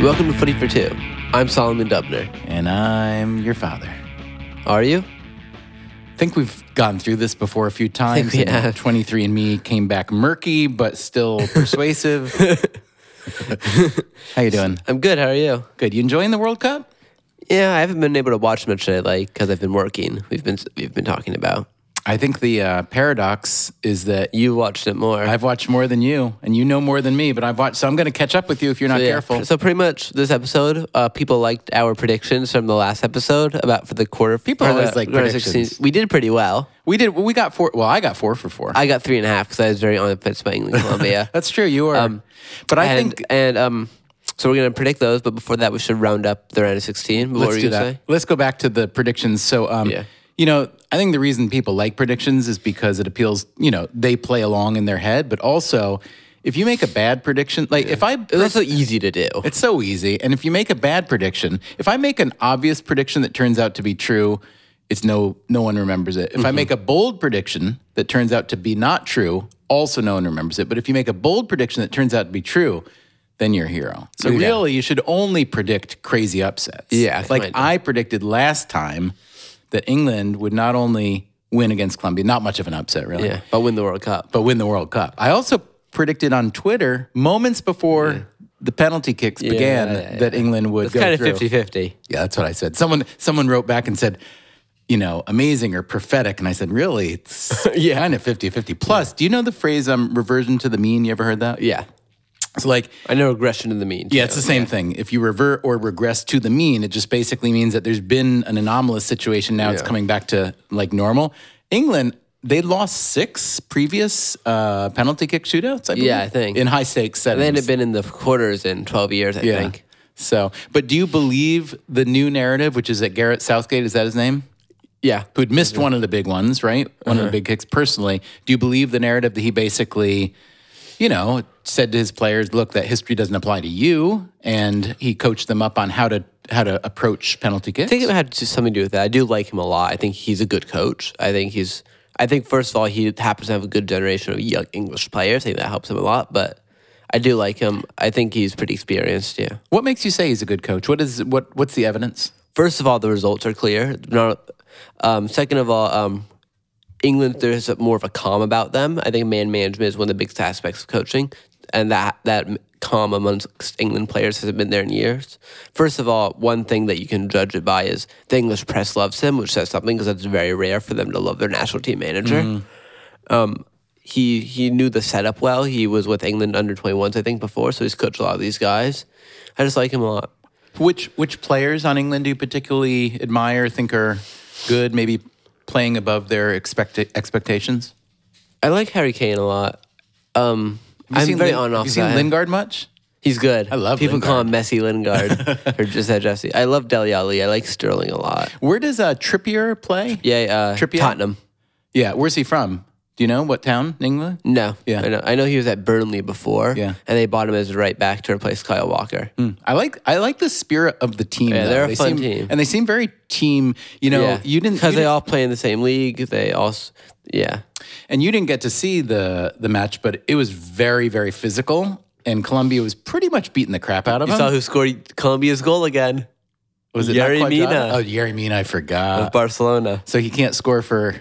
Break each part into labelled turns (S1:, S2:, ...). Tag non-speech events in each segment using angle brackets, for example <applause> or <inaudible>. S1: Welcome to Footy for Two. I'm Solomon Dubner.
S2: And I'm your father.
S1: Are you?
S2: I think we've gone through this before a few times.
S1: we have.
S2: 23 and me came back murky but still persuasive. How you doing?
S1: I'm good. How are you?
S2: Good. You enjoying the World Cup?
S1: Yeah, I haven't been able to watch much I like because I've been working. We've been we've been talking about.
S2: I think the uh, paradox is that
S1: You watched it more.
S2: I've watched more than you and you know more than me, but I've watched so I'm going to catch up with you if you're not
S1: Yeah.
S2: careful.
S1: So pretty much this episode, uh, people liked our predictions from the last episode about for the quarter. People
S2: always like predictions.
S1: We did pretty well.
S2: We did we got four well, I got 4 for 4.
S1: I got three and a half because I was very on the fence by
S2: <laughs>
S1: England Colombia.
S2: That's true. You are. but I
S1: and
S2: think
S1: and um, so we're gonna predict those. But before that, we should round up the round of sixteen. What
S2: Let's
S1: were you
S2: do
S1: gonna
S2: that.
S1: say?
S2: Let's go back to the predictions. So, um,
S1: Yeah.
S2: you know, I think the reason people like predictions is because it appeals. You know, they play along in their head, but also, if you make a bad prediction, like if I,
S1: It was also easy to do.
S2: <laughs> it's so easy. And if you make a bad prediction, if I make an obvious prediction that turns out to be true, it's no no one remembers it. If
S1: Mm-hmm.
S2: I make a bold prediction that turns out to be not true, also no one remembers it. But if you make a bold prediction that turns out to be true. Then you're a hero. So really, you should only predict crazy upsets.
S1: Yeah,
S2: like
S1: kinda.
S2: I predicted last time that England would not only win against Colombia, not much of an upset really,
S1: Yeah, but win the World Cup.
S2: but win the World Cup. I also predicted on Twitter moments before the penalty kicks began
S1: yeah,
S2: that England would
S1: It's
S2: go
S1: kind of
S2: through.
S1: 50 50.
S2: Yeah, that's what I said. Someone someone wrote back and said, you know, amazing or prophetic. And I said,
S1: <laughs>
S2: really? It's kind of 50 50. Plus, do you know the phrase um, reversion to the mean? You ever heard that?
S1: Yeah.
S2: It's like,
S1: I know regression to the mean.
S2: yeah, it's the same thing. If you revert or regress to the mean, it just basically means that there's been an anomalous situation. Now it's
S1: Yeah.
S2: coming back to like normal. England, they lost six previous uh, penalty kick shootouts. I believe,
S1: I think.
S2: in high stakes settings.
S1: They had been in the quarters in 12 years, I
S2: Yeah.
S1: think.
S2: So, but do you believe the new narrative, which is that Garrett Southgate is that his name?
S1: Yeah.
S2: who'd missed one of the big ones, right? One of the big kicks personally. Do you believe the narrative that he basically, you know, said to his players, look, that history doesn't apply to you and he coached them up on how to how to approach penalty kicks?
S1: I think it had to- something to do with that. I do like him a lot. I think he's a good coach. I think he's, I think, first of all, he happens to have a good generation of young English players. I think that helps him a lot, but I do like him. I think he's pretty experienced, yeah.
S2: what makes you say he's a good coach? What is what what's the evidence?
S1: First of all, the results are clear. Not, um, second of all, um, England, there's a- more of a calm about them. I think man management is one of the biggest aspects of coaching, and that that calm amongst England players hasn't been there in years. First of all, one thing that you can judge it by is the English press loves him, which says something because that's very rare for them to love their national team manager. Um, he he knew the setup well. He was with England under 21s, I think, before, so he's coached a lot of these guys. I just like him a lot.
S2: Which which players on England do you particularly admire, think are good, maybe playing above their expect- expectations?
S1: I like Harry Kane a lot. Um,
S2: Have you
S1: I'm
S2: seen
S1: very
S2: Lin-
S1: on and off.
S2: Have you seen
S1: side.
S2: Lingard much?
S1: He's good. I
S2: love
S1: people call him Messi Lingard or just that Jesse. I love Deli Ali. I like Sterling a lot.
S2: Where does uh, Trippier play?
S1: Yeah, uh,
S2: Trippier?
S1: Tottenham.
S2: Yeah, where's he from? Do you know what town in England?
S1: No,
S2: Yeah.
S1: I know. I know he was at Burnley before.
S2: Yeah. Mm.
S1: and they bought him as a right back to replace Kyle Walker.
S2: I like I like the spirit of the team.
S1: Yeah,
S2: though.
S1: they're a
S2: They
S1: fun
S2: seem-
S1: team.
S2: and they seem very team. You know,
S1: yeah,
S2: you didn't, you
S1: because they
S2: didn't-
S1: all play in the same league. They all, s- yeah,
S2: and you didn't get to see the the match, but it was very very physical, and Colombia was pretty much beating the crap out of
S1: You
S2: them.
S1: saw who squared Colombia's goal again.
S2: was it
S1: Yerry
S2: not Cuadrado?
S1: Mina.
S2: Oh, Yerry Mina, I forgot.
S1: Barcelona.
S2: so he can't score for.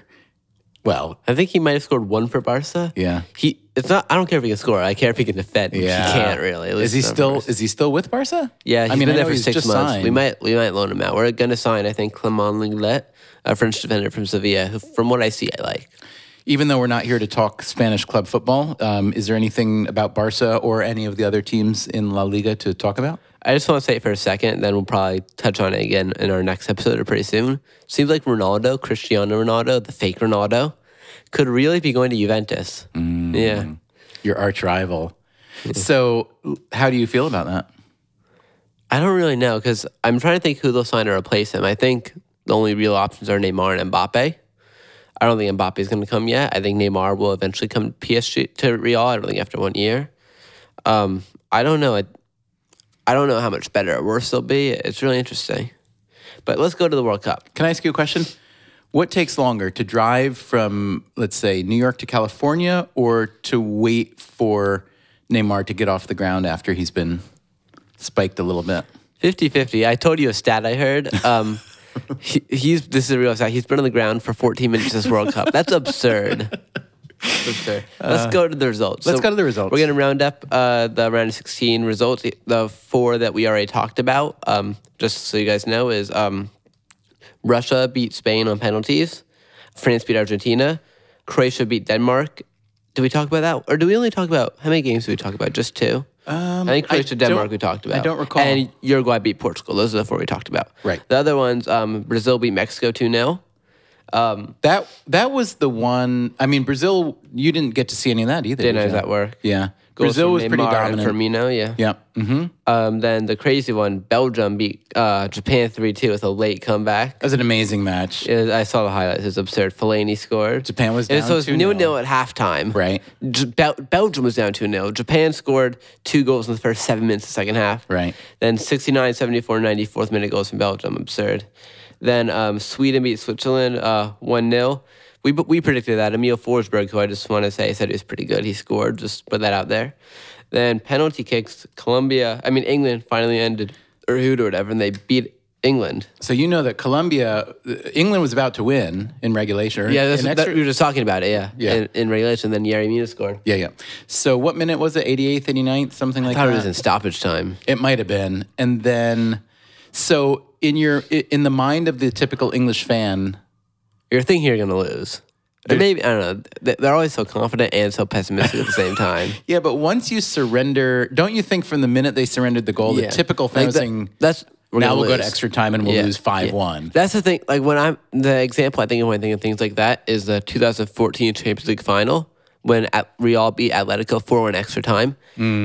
S2: Well,
S1: I think he might have scored one for Barca.
S2: Yeah.
S1: he. It's not. I don't care if he can score. I care if he can defend. which
S2: yeah,
S1: he can't really. at
S2: Is
S1: least
S2: he
S1: some
S2: still? Is he still with Barca?
S1: Yeah, he's
S2: I mean,
S1: been
S2: I
S1: there
S2: know
S1: for
S2: he's
S1: six
S2: just
S1: months.
S2: Signed.
S1: We might we might loan him out. We're gonna sign, I think, Clement Linglet, a French defender from Sevilla, who from what I see I like.
S2: Even though we're not here to talk Spanish club football, um, is there anything about Barca or any of the other teams in La Liga to talk about?
S1: I just want to say it for a second, then we'll probably touch on it again in our next episode or pretty soon. Seems like Ronaldo, Cristiano Ronaldo, the fake Ronaldo, could really be going to Juventus.
S2: Mm.
S1: Yeah.
S2: your arch rival. So, how do you feel about that?
S1: I don't really know because I'm trying to think who they'll sign to replace him. I think the only real options are Neymar and Mbappe. I don't think Mbappe's going to come yet. I think Neymar will eventually come to PSG to Real. I don't think after one year. Um, I don't know. I, I don't know how much better or worse they'll be. It's really interesting. But let's go to the World Cup.
S2: Can I ask you a question? What takes longer to drive from, let's say, New York to California or to wait for Neymar to get off the ground after he's been spiked a little bit.
S1: 50 50. I told you a stat I heard.
S2: <laughs>
S1: Um, he, he's This is a real stat. He's been on the ground for 14 minutes this World Cup. That's
S2: <laughs>
S1: absurd. That's absurd. Let's go to the results.
S2: Uh, let's go to the results.
S1: We're going to round up uh, the round of 16 results. The four that we already talked about, um, just so you guys know, is um, Russia beat Spain on penalties, France beat Argentina, Croatia beat Denmark. Did we talk about that? Or do we only talk about how many games did we talk about? Just two? I think
S2: Um, I
S1: Croatia, Denmark,
S2: don't-
S1: we talked
S2: I
S1: about.
S2: don't recall.
S1: And Uruguay beat Portugal. Those are the four we talked about.
S2: Right.
S1: The other ones, um, Brazil beat Mexico 2 0.
S2: That that was the one. I mean, Brazil. You didn't get to see any of that either.
S1: Didn't know
S2: did
S1: how
S2: you?
S1: that work.
S2: Yeah,
S1: Goals
S2: Brazil
S1: from
S2: was pretty
S1: Neymar and
S2: dominant.
S1: Firmino, yeah.
S2: Yeah. Mm-hmm.
S1: Um, then the crazy one, Belgium beat uh, Japan 3 2 with a late comeback.
S2: That was an amazing match.
S1: It was- I saw the highlights. It was absurd. Fellaini scored.
S2: Japan was
S1: It
S2: down
S1: so it was
S2: 2-0.
S1: 0 0 at halftime.
S2: Right.
S1: J- Bel- Belgium was down 2 0. Japan scored two goals in the first seven minutes of the second half.
S2: Right.
S1: Then 69, 74, 94th minute goals from Belgium. Absurd. Then um, Sweden beat Switzerland 1 0. We, but we predicted that. Emil Forsberg, who I just want to say said he was pretty good. He scored. Just put that out there. Then penalty kicks. Colombia, I mean, England finally ended or hoot or whatever, and they beat England.
S2: So you know that Colombia, England was about to win in regulation. or
S1: Yeah, that's,
S2: in extra-
S1: that, we were just talking about it. Yeah.
S2: Yeah.
S1: In, in regulation, then Yeri Mina scored.
S2: yeah, yeah. So what minute was it? 88th, 89th, something like
S1: I thought
S2: that.
S1: it was in stoppage time.
S2: It might have been. And then, so in your i- in the mind of the typical English fan,
S1: You're thinking you're going to lose. Or maybe, I don't know. They- They're always so confident and so pessimistic at the same time.
S2: yeah. But once you surrender, don't you think from the minute they surrendered <laughs> the goal,
S1: Yeah.
S2: the typical fan
S1: Like
S2: was
S1: that-
S2: saying,
S1: That's we're
S2: "Now
S1: gonna
S2: we'll go to
S1: lose."
S2: extra time and we'll
S1: Yeah,
S2: lose five one."
S1: That's the thing. Like when I'm the example I think of when I think of things like that is the 2014 Champions League final when at Real beat Atletico 4 1 extra time.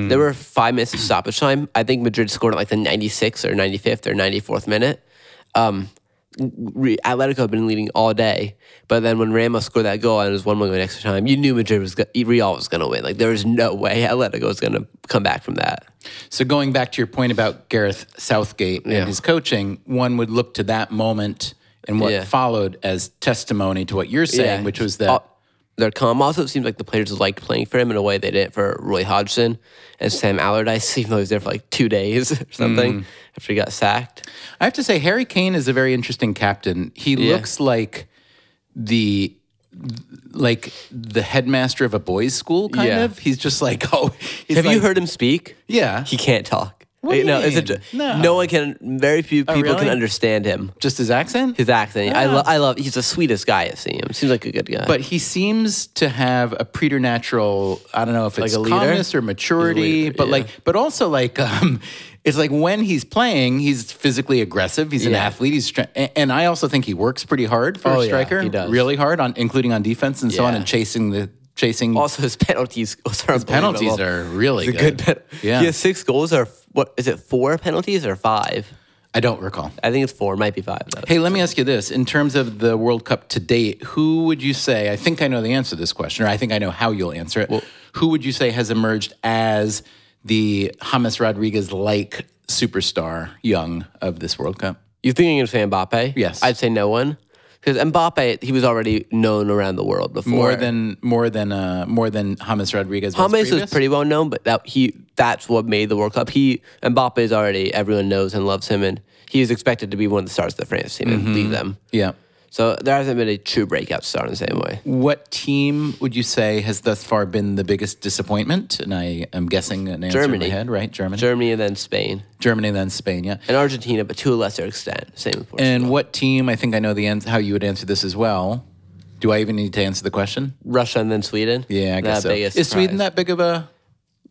S1: There were five minutes of stoppage time. I think Madrid scored at like the 96th or 95th or 94th minute. Um, Re- Atletico had been leading all day, but then when Ramos scored that goal and it was one one going extra time, you knew Madrid was go- Real was going to win. Like there was no way Atletico was going to come back from that.
S2: So going back to your point about Gareth Southgate
S1: Yeah.
S2: and his coaching, one would look to that moment and what
S1: Yeah.
S2: followed as testimony to what you're saying, which was that
S1: Uh, Their calm. Also, it seems like the players liked playing for him in a way they didn't for Roy Hodgson and Sam Allardyce, <laughs> even though he was there for like two days or
S2: Mm.
S1: something after he got sacked.
S2: I have to say Harry Kane is a very interesting captain. He looks like the like the headmaster of a boys' school kind
S1: Yeah.
S2: of. He's just like <laughs> oh, he's
S1: Have you
S2: like-
S1: heard him speak?
S2: Yeah,
S1: He can't talk.
S2: do you
S1: no, it's a
S2: mean?
S1: jo-
S2: No. Oh,
S1: one can. Very few people can
S2: really?
S1: understand him.
S2: just his accent.
S1: His accent. I love. I love. He's the sweetest guy I've seen him. Seems like a good guy.
S2: but he seems to have a preternatural i don't know if it's
S1: a leader?
S2: calmness or maturity
S1: leader,
S2: but
S1: yeah.
S2: like but also like um it's like when he's playing he's physically aggressive he's an
S1: Yeah.
S2: athlete he's str- and and i also think he works pretty hard for
S1: Oh,
S2: a
S1: yeah,
S2: striker
S1: he does.
S2: really hard on including on defense and so on
S1: Yeah.
S2: and chasing the chasing
S1: also his penalties <laughs> goals are unbelievable.
S2: penalties are really
S1: He's a
S2: good,
S1: good. pen-
S2: Yeah.
S1: He has six goals. Or f- what is it? Four penalties or five?
S2: i don't recall
S1: I think it's four. Might be five though.
S2: Hey, let me ask you this. In terms of the World Cup to date, who would you say, I think I know the answer to this question, or I think I know how you'll answer it. who would you say has emerged as the James Rodriguez like superstar young of this World Cup?
S1: You think you're gonna say Mbappe?
S2: Yes.
S1: I'd say no one. Because Mbappe, he was already known around the world before.
S2: More than more than uh, more than James Rodriguez. was
S1: James
S2: previous?
S1: was pretty well known, but that he that's what made the World Cup. He Mbappe is already everyone knows and loves him, and he is expected to be one of the stars of the France team and
S2: Mm-hmm.
S1: lead them.
S2: Yeah.
S1: So there hasn't been a true breakout star in the same way.
S2: What team would you say has thus far been the biggest disappointment? And I am guessing an answer in
S1: Germany.
S2: my head, right? Germany.
S1: Germany and then Spain
S2: Germany, then Spain, yeah.
S1: and Argentina, but to a lesser extent. Same with Portugal.
S2: And what team? I think I know the ans- how you would answer this as well. Do I even need to answer the question?
S1: Russia and then Sweden.
S2: Yeah, I guess
S1: Not
S2: so.
S1: biggest
S2: Is Sweden
S1: surprise.
S2: that big of a?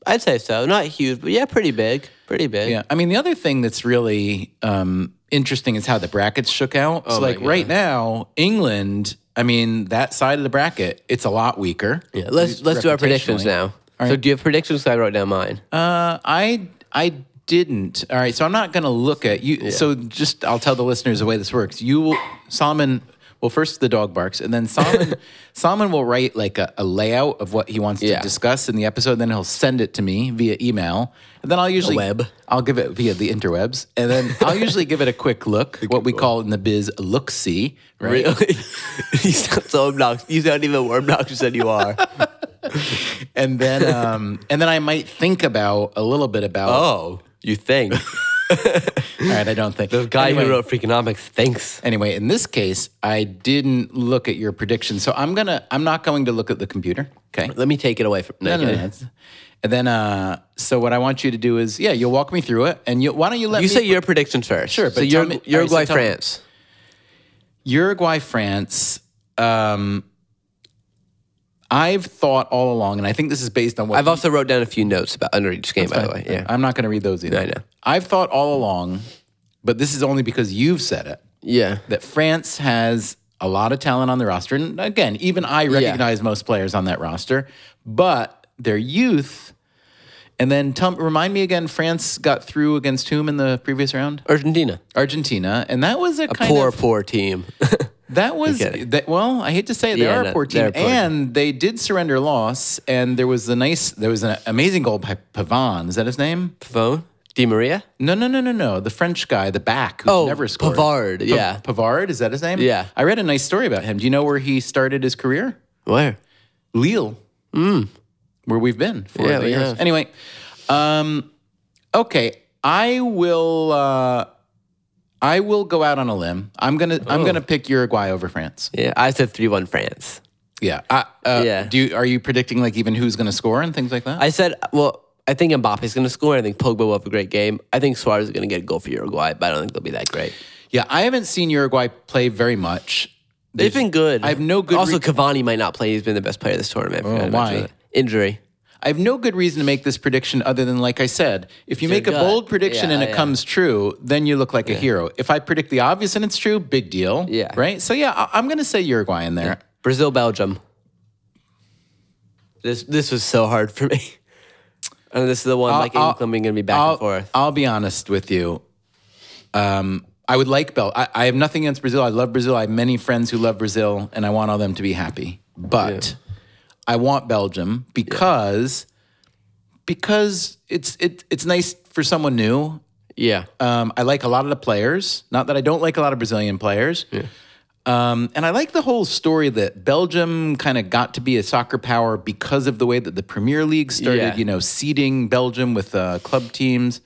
S1: I'd say so. Not huge, but yeah, pretty big. Pretty big.
S2: Yeah. I mean, the other thing that's really um, interesting is how the brackets shook out.
S1: Oh,
S2: so, like right now, England. I mean, that side of the bracket, it's a lot weaker.
S1: Yeah, Let's let's do our predictions
S2: reputationally.
S1: now. So do you have predictions? 'Cause I wrote down mine.
S2: Uh, I I didn't. All right, so I'm not going to look at you. So just I'll tell the listeners the way this works. You will Solomon. Well, first the dog barks, and then
S1: <laughs>
S2: Solomon Solomon will write like a, a layout of what he wants
S1: Yeah.
S2: to discuss in the episode. Then he'll send it to me via email, and then I'll usually
S1: web.
S2: I'll give it via the interwebs, and then I'll usually give it a quick
S1: <laughs>
S2: look, what we call in the biz a look see. Right?
S1: Really? <laughs> you sound so obnoxious. You sound even more obnoxious than you are.
S2: and then um, and then I might think about a little bit about
S1: <laughs> Oh. You <laughs> think?
S2: All right, I don't think.
S1: The guy
S2: anyway,
S1: who wrote Freakonomics thinks.
S2: Anyway, in this case, I didn't look at your prediction, so I'm gonna. I'm not going to look at the computer. Okay.
S1: Let me take it away from. No,
S2: No, no, no, that's- And then, uh, so what I want you to do is, yeah, you'll walk me through it, and you, why don't you let
S1: You
S2: me
S1: say your prediction first.
S2: Sure,
S1: so
S2: but tell
S1: Ur-
S2: me- all right, so
S1: Uruguay,
S2: tell me.
S1: France.
S2: Uruguay, France. Um, I've thought all along, and I think this is based on what
S1: I've also wrote down a few notes about under each game, by the way. Yeah,
S2: I'm not going to read those either.
S1: I know.
S2: I've thought all along, but this is only because you've said it
S1: yeah.
S2: that France has a lot of talent on the roster, and again, even I recognize most players on that roster, but their youth. And then tell, remind me again, France got through against whom in the previous round?
S1: Argentina,
S2: Argentina, and that was a, kind
S1: poor,
S2: of
S1: poor team. <laughs>
S2: that was
S1: kidding.
S2: that, well. I hate to say it, they
S1: Yeah,
S2: are
S1: no,
S2: a poor team,
S1: they're a poor team.
S2: and they did surrender a loss. And there was the nice, there was an amazing goal by Pavon. Is that his name?
S1: Pavone, Di Maria.
S2: No, no, no, no, no. The French guy, the back who
S1: Oh,
S2: never scored.
S1: Pavard, yeah.
S2: Pavard. Is that his name?
S1: Yeah.
S2: I read a nice story about him. Do you know where he started his career?
S1: Where?
S2: Lille, where we've been for
S1: Hmm. Yeah,
S2: the
S1: we
S2: years.
S1: have.
S2: Anyway, um, okay, I will. Uh, I will go out on a limb. I'm gonna.
S1: Oh.
S2: I'm gonna pick Uruguay over France.
S1: Yeah, I said three-one France.
S2: Yeah. I, uh,
S1: Yeah.
S2: Do you, are you predicting like even who's gonna score and things like that?
S1: I said, well, I think Mbappe's going to score. I think Pogba will have a great game. I think Suarez is going to get a goal for Uruguay, but I don't think they'll be that great.
S2: yeah, I haven't seen Uruguay play very much.
S1: They've been good.
S2: I have no good
S1: Also,
S2: re-
S1: Cavani might not play. He's been the best player this tournament. I forgot to
S2: Oh, why?
S1: mention that. Injury.
S2: I have no good reason to make this prediction other than, like I said, if you make a
S1: gut.
S2: bold prediction
S1: Yeah,
S2: and it
S1: yeah.
S2: comes true, then you look like a hero. If I predict the obvious and it's true, big deal.
S1: Yeah.
S2: Right? So, yeah, I- I'm going to say Uruguay in there.
S1: Brazil, Belgium. This this was so hard for me. <laughs> And this is the one like
S2: I'll-
S1: England being going to be back and
S2: I'll,
S1: forth.
S2: I'll be honest with you. Um, I would like Bel. I, I have nothing against Brazil. I love Brazil. I have many friends who love Brazil, and I want all them to be happy. But I want Belgium because because it's it, it's nice for someone new.
S1: yeah.
S2: Um, I like a lot of the players. Not that I don't like a lot of Brazilian players. Um, and I like the whole story that Belgium kind of got to be a soccer power because of the way that the Premier League started,
S1: Yeah.
S2: you know, seeding Belgium with uh, club teams.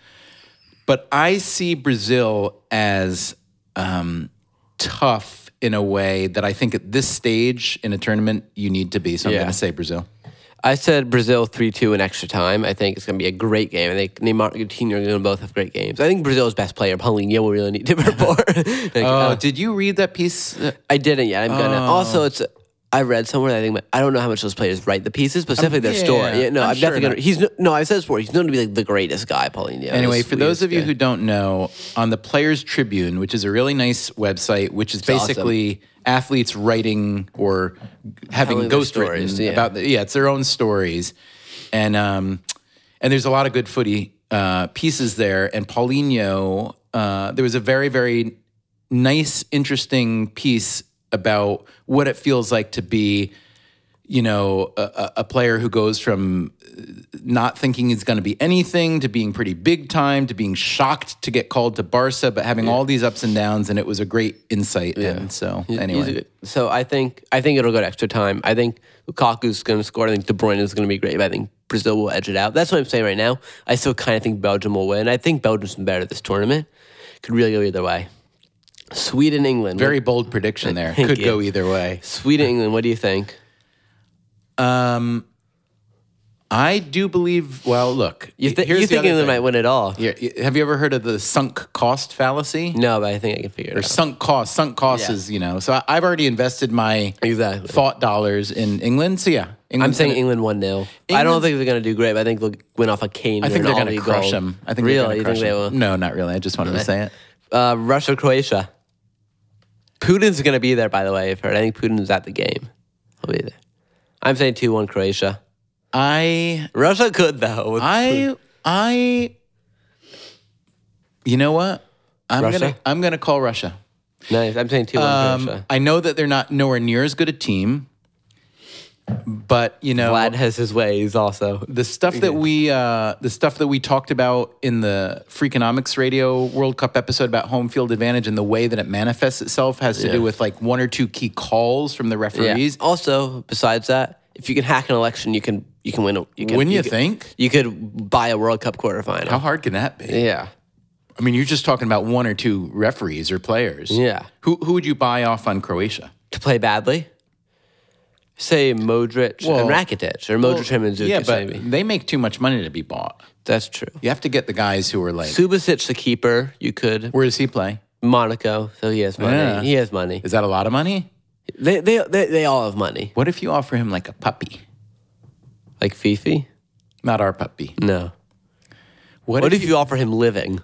S2: But I see Brazil as um, tough in a way that I think at this stage in a tournament you need to be. So I'm
S1: Yeah.
S2: going to say Brazil.
S1: I said Brazil 3 2 in extra time. I think it's going to be a great game. I think Neymar and Coutinho are going to both have great games. I think Brazil's best player, Paulinho, will really need to <laughs> perform. Like,
S2: Oh,
S1: uh,
S2: did you read that piece? Uh,
S1: I didn't yet. I'm
S2: Oh.
S1: going to. Also, it's. I read somewhere. that I think I don't know how much those players write the pieces, but definitely their
S2: yeah,
S1: story. Yeah, no,
S2: I'm
S1: I'm,
S2: sure
S1: definitely gonna. He's no, no. I said this before. He's known to be like the greatest guy, Paulinho.
S2: Anyway,
S1: This
S2: for those
S1: weirdest
S2: of you
S1: guy.
S2: who don't know, on the Players Tribune, which is a really nice website, which is
S1: awesome.
S2: basically athletes writing or having
S1: Telling their
S2: ghost written
S1: stories, yeah.
S2: about the, yeah, it's their own stories, and um, and there's a lot of good footy uh, pieces there. And Paulinho, uh, there was a very very nice, interesting piece about what it feels like to be you know, a, a- a player who goes from uh, not thinking he's going to be anything to being pretty big time to being shocked to get called to Barca, but having all these ups and downs. And it was a great insight. And so,
S1: He's
S2: anyway,
S1: a good- so I think I think it'll go to extra time. I think Lukaku's going to score. I think De Bruyne is going to be great, but I think Brazil will edge it out. That's what I'm saying right now. I still kind of think Belgium will win. I think Belgium's been better this tournament. Could really go either way. Sweden, England.
S2: very bold prediction there.
S1: Thank
S2: Could
S1: you.
S2: go either way.
S1: Sweden, England. What do you think?
S2: I do believe, well, look,
S1: You, thi-
S2: here's
S1: you
S2: the
S1: think
S2: other
S1: England
S2: thing.
S1: might win it all?
S2: Here, y- have you ever heard of the sunk cost fallacy?
S1: No, but I think I can figure it out.
S2: Sunk cost, sunk cost
S1: Yeah.
S2: is, you know, so I, I've already invested my
S1: Exactly.
S2: thought dollars in England. So, yeah,
S1: I'm
S2: England's
S1: saying
S2: gonna-
S1: England 1 0. I don't think they're going to do great, but I think they'll win off a cane.
S2: I think they're going to crush
S1: goal.
S2: them. I think
S1: really,
S2: they're going
S1: you
S2: to crush
S1: think they
S2: them.
S1: will?
S2: No, not really. I just wanted to say it.
S1: Uh, Russia, Croatia. Putin's going to be there, by the way. I've heard. I think Putin's at the game. He'll be there. I'm saying 2 1 Croatia.
S2: I
S1: Russia could, though. with-
S2: I I You know what? I'm
S1: Russia?
S2: going to I'm going to call Russia.
S1: nice. I'm saying 2 1
S2: Um,
S1: Croatia.
S2: I know that they're not nowhere near as good a team, but you know
S1: Vlad has his ways also.
S2: the stuff that we uh, the stuff that we talked about in the Freakonomics Radio World Cup episode about home field advantage and the way that it manifests itself has to do with like one or two key calls from the
S1: Yeah.
S2: referees.
S1: Also, besides that, if you can hack an election, you can you can win. A, you can
S2: Wouldn't you,
S1: could-
S2: think?
S1: you could buy a World Cup quarterfinal.
S2: How hard can that be?
S1: Yeah.
S2: I mean, you're just talking about one or two referees or players.
S1: Yeah.
S2: Who who would you buy off on Croatia?
S1: To play badly? Say Modric
S2: Well-
S1: and Rakitic or Modric and Mandzukic
S2: yeah, but
S1: maybe.
S2: they make too much money to be bought.
S1: That's true.
S2: You have to get the guys who are like.
S1: Subasic the keeper, you could.
S2: Where does he play?
S1: Monaco, so he has money.
S2: Yeah.
S1: He has money.
S2: Is that a lot of money?
S1: They, they they they all have money.
S2: What if you offer him like a puppy?
S1: Like Fifi?
S2: Not our puppy.
S1: No. What, if, you, offer him living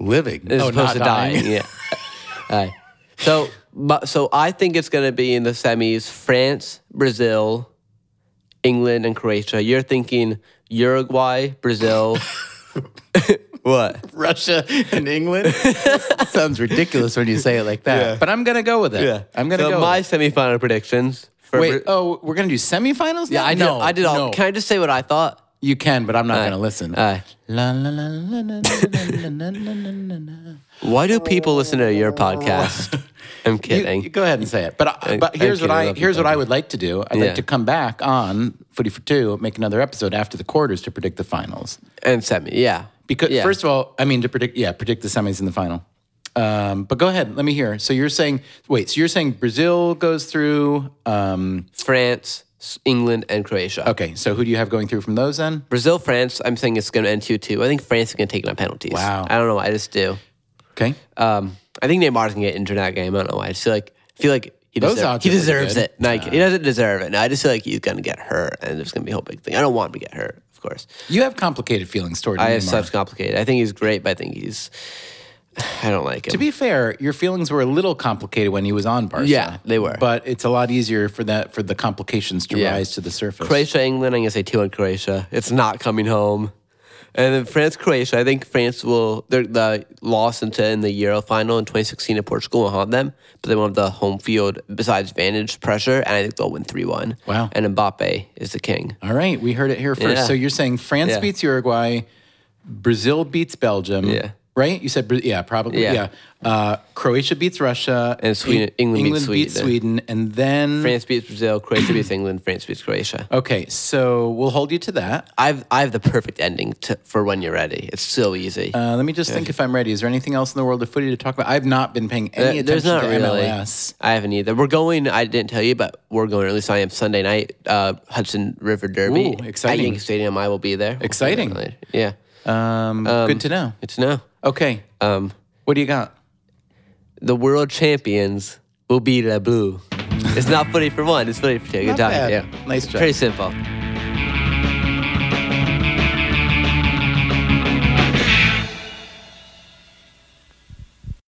S2: living?
S1: as
S2: Oh,
S1: opposed
S2: not
S1: to
S2: dying.
S1: dying? Yeah. <laughs> all right. So but, so I think it's going to be in the semis France, Brazil, England and Croatia. You're thinking Uruguay,
S2: <laughs>
S1: Brazil. <laughs> what?
S2: <laughs> Russia and England <laughs> sounds ridiculous when you say it like that. But I'm gonna go with it. I'm gonna
S1: so
S2: go.
S1: my
S2: with
S1: semifinal predictions. For
S2: it. Wait. Oh, we're gonna do semifinals?
S1: yeah, I did.
S2: know.
S1: I did all. Can I just say what I thought?
S2: You can, but I'm not gonna listen.
S1: Aye.
S2: La, la, la, la, la, la, la, la, la, la, la.
S1: Why do people listen to your
S2: <laughs>
S1: podcast? I'm
S2: You-
S1: kidding.
S2: you go ahead and say it. But I but
S1: I'm
S2: here's what
S1: kidding. I
S2: I
S1: love you,
S2: here's what I would like to do. I'd
S1: Yeah.
S2: like to come back on Footy for Two, make another episode after the quarters to predict the finals.
S1: and semi, yeah.
S2: Because
S1: Yeah.
S2: first of all, I mean to predict, yeah, predict the semis and the final. Um, but go ahead, let me hear. So you're saying, wait, so you're saying Brazil goes through. Um,
S1: France, S- England, and Croatia.
S2: okay, so who do you have going through from those then?
S1: Brazil, France. I'm saying it's going to end two two. I think France is going to take it on penalties.
S2: Wow.
S1: I don't know. I just do.
S2: Okay,
S1: Um, I think Neymar's going to get injured in that game. I don't know why. I just feel like feel like he
S2: Those
S1: deserves,
S2: odds
S1: he
S2: are pretty
S1: deserves
S2: good.
S1: it. Like he doesn't deserve it. No, I just feel like he's going to get hurt, and there's going to be a whole big thing. I don't want him to get hurt, of course.
S2: you have complicated feelings toward
S1: I
S2: Neymar.
S1: have such complicated. I think he's great, but I think he's. <sighs> I don't like him.
S2: to be fair, your feelings were a little complicated when he was on Barca.
S1: Yeah, they were.
S2: But it's a lot easier for that for the complications to
S1: Yeah.
S2: rise to the surface.
S1: Croatia, England, I'm gonna say two on Croatia. It's not coming home. And then France, Croatia. I think France will. They're the loss into in the Euro final in 2016 in Portugal will haunt them, but they won't have the home field besides vantage pressure, and I think they'll win three one.
S2: Wow.
S1: And Mbappe is the king.
S2: All right, we heard it here first.
S1: Yeah.
S2: So you're saying France
S1: Yeah.
S2: beats Uruguay, Brazil beats Belgium.
S1: Yeah.
S2: Right? You said Bra- yeah, probably
S1: Yeah.
S2: yeah. Uh, Croatia beats Russia
S1: And Sweden- England beats
S2: beats
S1: Sweden.
S2: Sweden, and then
S1: France beats Brazil. Croatia beats England. France beats Croatia.
S2: Okay, so we'll hold you to that.
S1: I've I have the perfect ending to, for when you're ready. It's so easy.
S2: Uh, let me just think if I'm ready. Is there anything else in the world of footy to talk about? I've not been paying any
S1: Uh, There's
S2: attention
S1: not
S2: to
S1: really.
S2: MLS.
S1: I haven't either. We're going. I didn't tell you, but we're going. At least I am Sunday night. Uh, Hudson River Derby.
S2: Ooh, exciting.
S1: At Yankee Stadium, I will be there. We'll see you
S2: Exciting.
S1: later. Yeah.
S2: Um, good to know.
S1: It's no.
S2: Okay,
S1: Um,
S2: what do you got?
S1: the world champions will be the blue. It's not funny for one. It's funny for two. Good
S2: Not
S1: job.
S2: bad.
S1: Yeah.
S2: Nice job.
S1: Pretty simple.